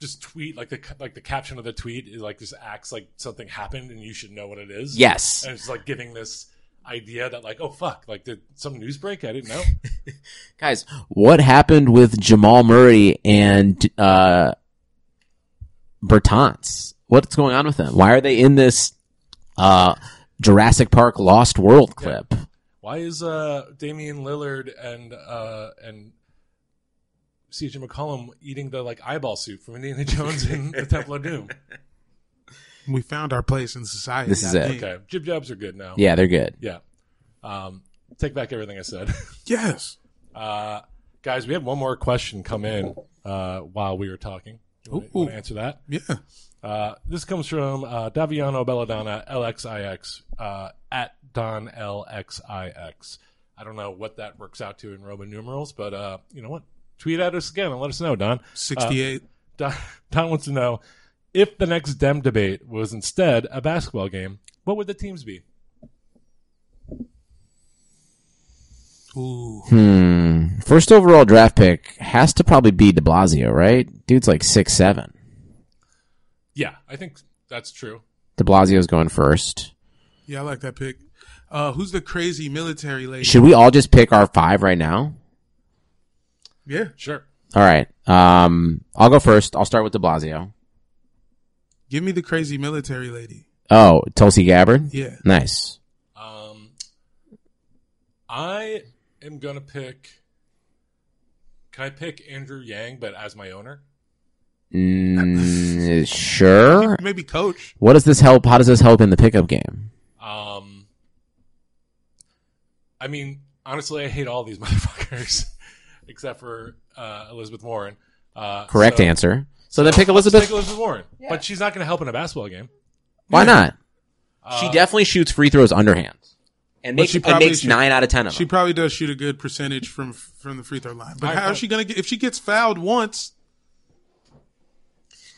S3: just tweet like the like the caption of the tweet is like just acts like something happened and you should know what it is.
S2: Yes.
S3: And it's like giving this idea that like oh fuck like did some news break I didn't know.
S2: Guys, what happened with Jamal Murray and uh Bertans? What's going on with them? Why are they in this uh Jurassic Park Lost World clip?
S3: Why is uh Damian Lillard and uh and CJ McCollum eating the like eyeball soup from Indiana Jones in the Temple of Doom?
S1: We found our place in society.
S2: This is
S1: I
S2: it.
S1: think.
S3: Okay, jib jabs are good now.
S2: Yeah, they're good.
S3: Yeah. Um, take back everything I said.
S1: Yes.
S3: Uh, guys, we had one more question come in uh, while we were talking. You wanna- you
S1: Ooh.
S3: wanna answer that?
S1: Yeah.
S3: Uh, this comes from uh, Daviano Belladonna, LXIX, uh, at Don LXIX. I don't know what that works out to in Roman numerals, but uh, you know what? Tweet at us again and let us know, Don.
S1: 68.
S3: Don, Don wants to know if the next Dem debate was instead a basketball game, what would the teams be? Uh,
S1: Ooh.
S2: Hmm. First overall draft pick has to probably be De Blasio, right? Dude's like six seven.
S3: Yeah, I think that's true.
S2: De Blasio's going first.
S1: Yeah, I like that pick. Uh, who's the crazy military lady?
S2: Should we all just pick our five right now?
S1: Yeah,
S3: Sure.
S2: All right. Um, I'll go first. I'll start with De Blasio.
S1: give me the crazy military lady.
S2: Oh, Tulsi Gabbard.
S1: Yeah.
S2: Nice.
S3: Um, I am gonna pick. Can I pick Andrew Yang, but as my owner?
S2: Mm, sure.
S1: Maybe coach.
S2: What does this help? How does this help in the pickup game?
S3: Um, I mean, honestly, I hate all these motherfuckers except for uh, Elizabeth Warren. Uh,
S2: Correct
S3: so-
S2: answer. So then pick
S3: Let's
S2: Elizabeth.
S3: pick Elizabeth Warren, but she's not gonna help in a basketball game.
S2: Why not?
S3: Uh,
S2: she definitely shoots free throws underhand, and
S1: But
S2: makes,
S1: she
S2: and
S1: probably
S2: makes
S1: should-
S2: nine out of ten of
S1: She
S2: them.
S1: probably does shoot a good percentage from from the free throw line. But
S3: I-
S1: how is she gonna get if she gets fouled once?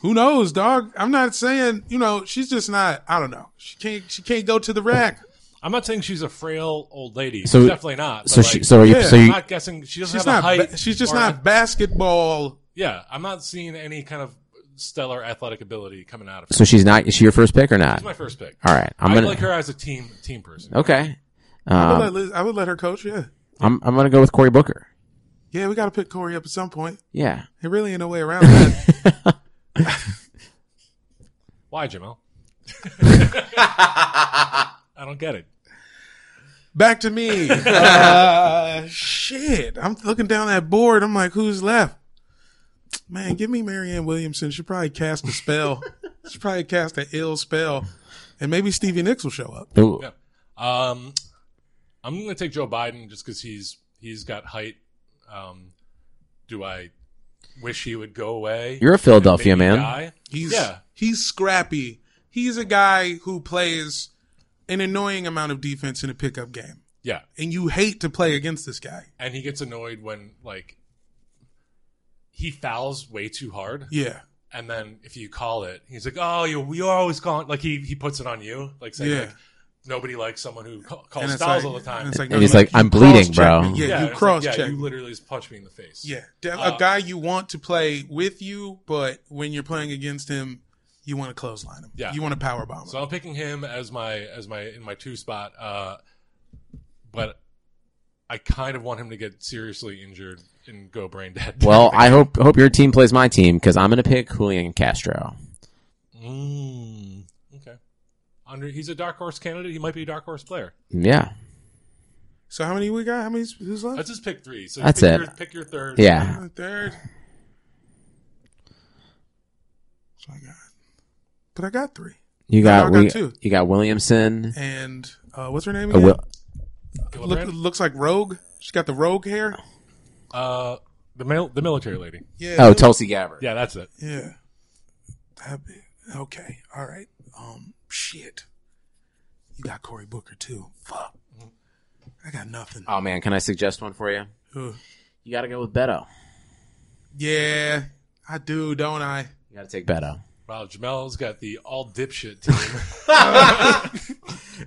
S1: Who knows, dog? I'm not saying you know she's just not. I don't know. She can't. She can't go to the rack.
S3: I'm not saying she's a frail old lady.
S2: So-
S3: she's definitely not.
S2: so
S3: but,
S2: she,
S3: like,
S2: so are you,
S1: yeah,
S2: so
S3: I'm
S2: you,
S3: not guessing she doesn't
S1: She's
S3: have
S1: not.
S3: a height.
S1: ba- she's just
S3: or-
S1: not basketball.
S3: Yeah, I'm not seeing any kind of stellar athletic ability coming out of her.
S2: so she's not. Is she your first pick or not?
S3: She's my first pick.
S2: All right, I'm
S3: I
S2: gonna.
S3: like her as a team team person.
S2: Okay,
S1: I would
S2: um,
S1: let Liz- I would let her coach. Yeah.
S2: I'm I'm gonna go with Cory Booker.
S1: Yeah, we got to pick Corey up at some point.
S2: Yeah,
S1: There really ain't no way around that.
S3: Why, Jamel? I don't get it.
S1: Back to me. Uh, shit. I'm looking down that board. I'm like, who's left? Man, give me Marianne Williamson. She probably cast a spell. she probably cast an ill spell. And maybe Stevie Nicks will show up.
S2: Ooh,
S3: Yeah. Um, I'm going to take Joe Biden just because he's he's got height. Um, do I wish he would go away?
S2: You're a Philadelphia
S3: and maybe
S2: man.
S3: die?
S1: He's
S3: yeah.
S1: he's scrappy. He's a guy who plays an annoying amount of defense in a pickup game.
S3: Yeah,
S1: And you hate to play against this guy.
S3: and he gets annoyed when like he fouls way too hard.
S1: Yeah.
S3: and then if you call it, he's like, "Oh, you you're always calling." Like he he puts it on you, like saying
S1: Yeah.
S3: like nobody likes someone who ca-
S1: And
S3: calls
S1: it's like-
S3: fouls Oh, all the time.
S1: and it's like,
S2: And he's
S1: no,
S2: like,
S1: you
S2: "I'm bleeding,
S1: cross-check
S2: bro."
S1: me. Yeah,
S3: it's
S1: you
S3: like,
S1: cross check.
S3: you literally just punch me in the face.
S1: Yeah, de-
S3: Uh,
S1: a guy you want to play with you, but when you're playing against him, you want to clothesline him.
S3: Yeah.
S1: you want to power bomb him.
S3: So I'm picking him as my as my in my two spot, uh, but I kind of want him to get seriously injured and go brain dead.
S2: Well, I hope hope your team plays my team because I'm gonna pick Julian Castro.
S3: mm, okay. Under he's a dark horse candidate. He might be a dark horse player.
S2: Yeah,
S1: So how many we got? How many? Who's left?
S3: That's his pick three. So
S2: That's
S3: pick
S2: it.
S3: Your, pick your third.
S2: yeah.
S1: Uh, Third. So I got, but I got three.
S2: You got,
S1: I got
S2: we-
S1: two.
S2: you got Williamson.
S1: And uh, what's her name
S2: Uh,
S1: again?
S2: Wil-
S1: Look, looks like Rogue. She's got the Rogue hair.
S3: Uh, the mil- the military lady.
S1: Yeah.
S2: oh,
S1: look-
S2: Tulsi Gabbard.
S3: Yeah, that's it.
S1: yeah. That big. Okay. All right. Um. Shit. You got Cory Booker too. Fuck. I got nothing.
S2: Oh man, can I suggest one for you?
S1: Ugh.
S2: You got to go with Beto.
S1: Yeah, I do, don't I?
S2: You got to take Beto.
S3: Wow, Jamel's got the all dipshit team.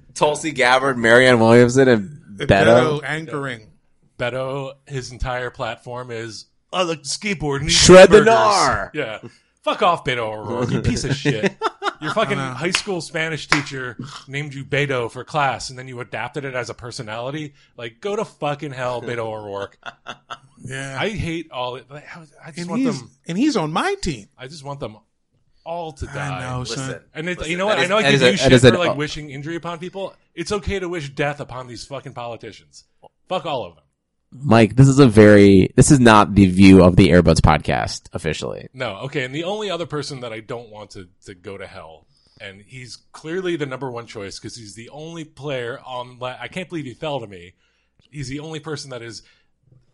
S2: Tulsi Gabbard, Marianne Williamson, and Beto.
S1: Beto anchoring.
S3: Beto, his entire platform is I like to skateboard and eat
S2: Shred the
S3: burgers."
S2: gnar.
S3: Yeah. Fuck off, Beto O'Rourke, you piece of shit. Your fucking
S1: Uh-huh.
S3: high school Spanish teacher named you Beto for class, and then you adapted it as a personality. Like, go to fucking hell, Beto O'Rourke.
S1: Yeah,
S3: I hate all it. like, how- I just
S1: and
S3: want
S1: he's
S3: them.
S1: and he's on my team.
S3: I just want them all to die.
S1: I know, son.
S3: And it's, you know what?
S2: that
S3: I know
S2: is- that
S3: I
S2: is
S3: give
S2: a-
S3: you
S2: that
S3: shit
S2: is
S3: for
S2: an-
S3: like wishing injury upon people. It's okay to wish death upon these fucking politicians. Fuck all of them.
S2: Mike, this is a very. This is not the view of the Airbuds podcast officially.
S3: No, okay. And the only other person that I don't want to, to go to hell, and he's clearly the number one choice because he's the only player on. La- I can't believe he fell to me. He's the only person that has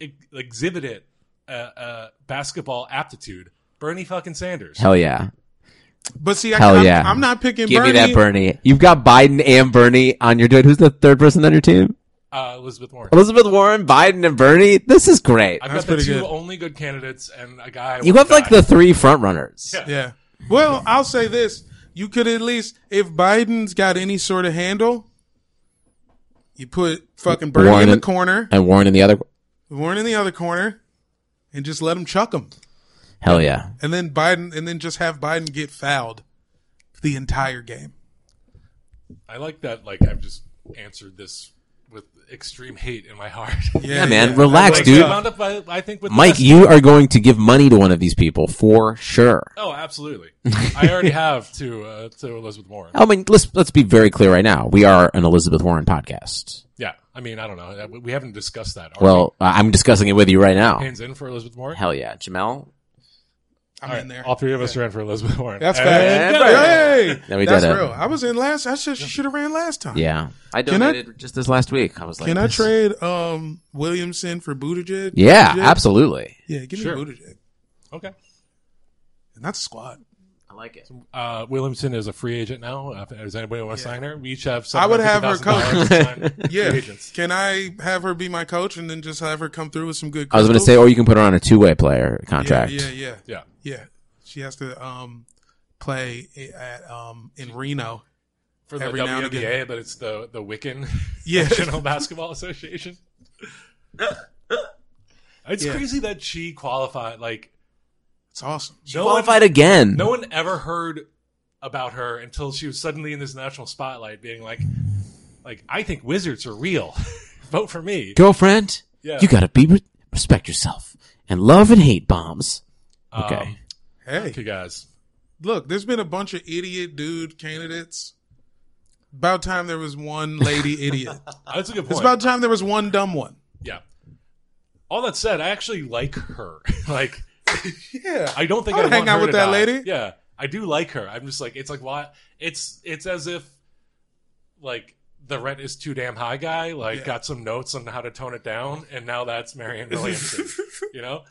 S3: ex- exhibited uh, uh, basketball aptitude. Bernie fucking Sanders.
S2: Hell yeah,
S1: But see, I,
S2: hell
S1: I'm,
S2: yeah.
S1: I'm not picking.
S2: give
S1: Bernie.
S2: me that Bernie. You've got Biden and Bernie on your dude. Who's the third person on your team?
S3: Uh, Elizabeth Warren.
S2: Elizabeth Warren, Biden, and Bernie. This is great.
S3: I've
S1: That's
S3: got the
S1: pretty
S3: two
S1: good.
S3: only good candidates and a guy. I
S2: You
S3: would
S2: have like
S3: die.
S2: the three front runners.
S3: Yeah.
S1: Yeah. Well, I'll say this: you could at least, if Biden's got any sort of handle, you put fucking Bernie
S2: Warren
S1: in the
S2: and-
S1: corner,
S2: And Warren in the other.
S1: Warren in the other corner, and just let him chuck him,
S2: Hell yeah.
S1: and then Biden, and then just have Biden get fouled. the entire game.
S3: I like that. Like I've just answered this with extreme hate in my heart.
S2: Yeah, man, relax,
S3: Like,
S2: dude.
S3: I wound up, I, I think, with the
S2: Mike,
S3: best-
S2: you are going to give money to one of these people for sure.
S3: Oh, absolutely. I already have to uh, to Elizabeth Warren.
S2: I mean, let's let's be very clear right now. We are an Elizabeth Warren podcast.
S3: Yeah, I mean, I don't know. Uh, We haven't discussed that. Are
S2: Well, uh, I'm discussing it with you right now.
S3: we? hands in for Elizabeth Warren.
S2: Hell yeah, Jamel.
S1: I'm in there.
S3: All three of us are in for Elizabeth Warren. Uh,
S1: That's
S3: And-
S1: fact. Hey,
S2: There we
S1: that's
S2: did it.
S1: real. I was in last. I should should have ran last time.
S2: Yeah, I
S1: I-
S2: donated just this last week. I was like,
S1: Can I
S2: this-
S1: trade um Williamson for Buttigieg?
S2: Yeah,
S1: Buttigieg?
S2: absolutely.
S1: Yeah, give me
S3: Sure.
S1: Buttigieg.
S3: Okay.
S1: And that's a squad.
S2: I like it.
S3: Uh, Williamson is a free agent now. Uh, If there's anybody who wants to sign her, we each have.
S1: I would have her
S3: $750,000 to sign
S1: Yeah.
S3: free agents.
S1: Can I have her be my coach and then just have her come through with some good?
S2: I was going to
S1: crystals?
S2: say, or you can put her on a two-way player contract.
S1: Yeah, yeah, yeah,
S3: Yeah.
S1: yeah. She has to um play i- at um in Reno.
S3: For the
S1: Every now and
S3: WNBA, but it's the the Wiccan
S1: Yeah,
S3: National Basketball Association. It's
S1: Yeah.
S3: crazy that she qualified. Like
S1: it's awesome.
S3: no
S2: Qualified
S3: one,
S2: again.
S3: no one ever heard about her until she was suddenly in this national spotlight, being like, "Like I think wizards are real. Vote for me."
S2: girlfriend.
S3: Yeah.
S2: You got to be re- respect yourself and love and hate bombs. Okay.
S3: Um,
S1: Hey,
S3: okay, guys.
S1: look, there's been a bunch of idiot dude candidates. About time there was one lady idiot.
S3: Uh, That's a good point.
S1: It's about time there was one dumb one.
S3: Yeah. All that said, I actually like her. like,
S1: Yeah,
S3: I don't think
S1: I
S3: I
S1: would hang
S3: want
S1: out
S3: her
S1: with
S3: to
S1: that
S3: die.
S1: lady.
S3: Yeah, I do like her. I'm just like, it's like why? It's it's as if like the rent is too damn high guy like got some notes on how to tone it down, and now that's Marianne Williamson. you know?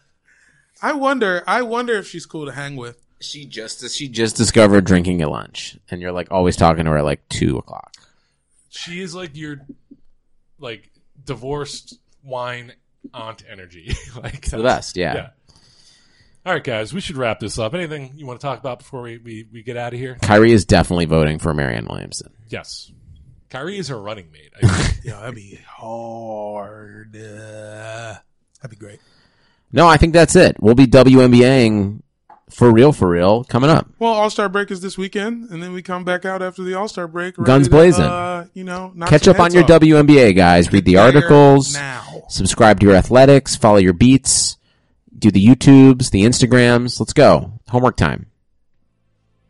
S1: I wonder. I wonder if she's cool to hang with.
S2: She just she just discovered drinking at lunch, and you're like always talking to her at like two o'clock.
S3: She is like your like divorced wine aunt energy. like
S2: The best, yeah.
S3: Yeah. All right, guys, we should wrap this up. Anything you want to talk about before we, we, we get out of here?
S2: Kyrie is definitely voting for Marianne Williamson.
S3: Yes. Kyrie is her running mate. I think.
S1: Yeah, that'd be hard. Uh, that'd be great.
S2: No, I think that's it. We'll be WNBAing for real, for real coming up.
S1: Well, All Star break is this weekend, and then we come back out after the All Star break. ready
S2: Guns
S1: to,
S2: blazing.
S1: Uh, you know, knock
S2: Catch
S1: some
S2: up on
S1: heads
S2: your
S1: off.
S2: WNBA guys. Read the articles.
S1: now.
S2: Subscribe to your athletics. Follow your beats. Do the YouTubes, the Instagrams. Let's go. Homework time.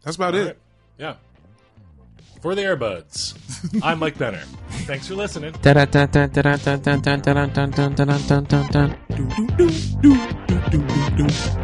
S1: That's about it.
S3: yeah. For the Airbuds, I'm Mike Benner. Thanks for listening.
S2: Da-da-da-da-da-da-da-da-da-da-da-da-da-da-da.
S1: Do, do, do, do, do, do, do, do.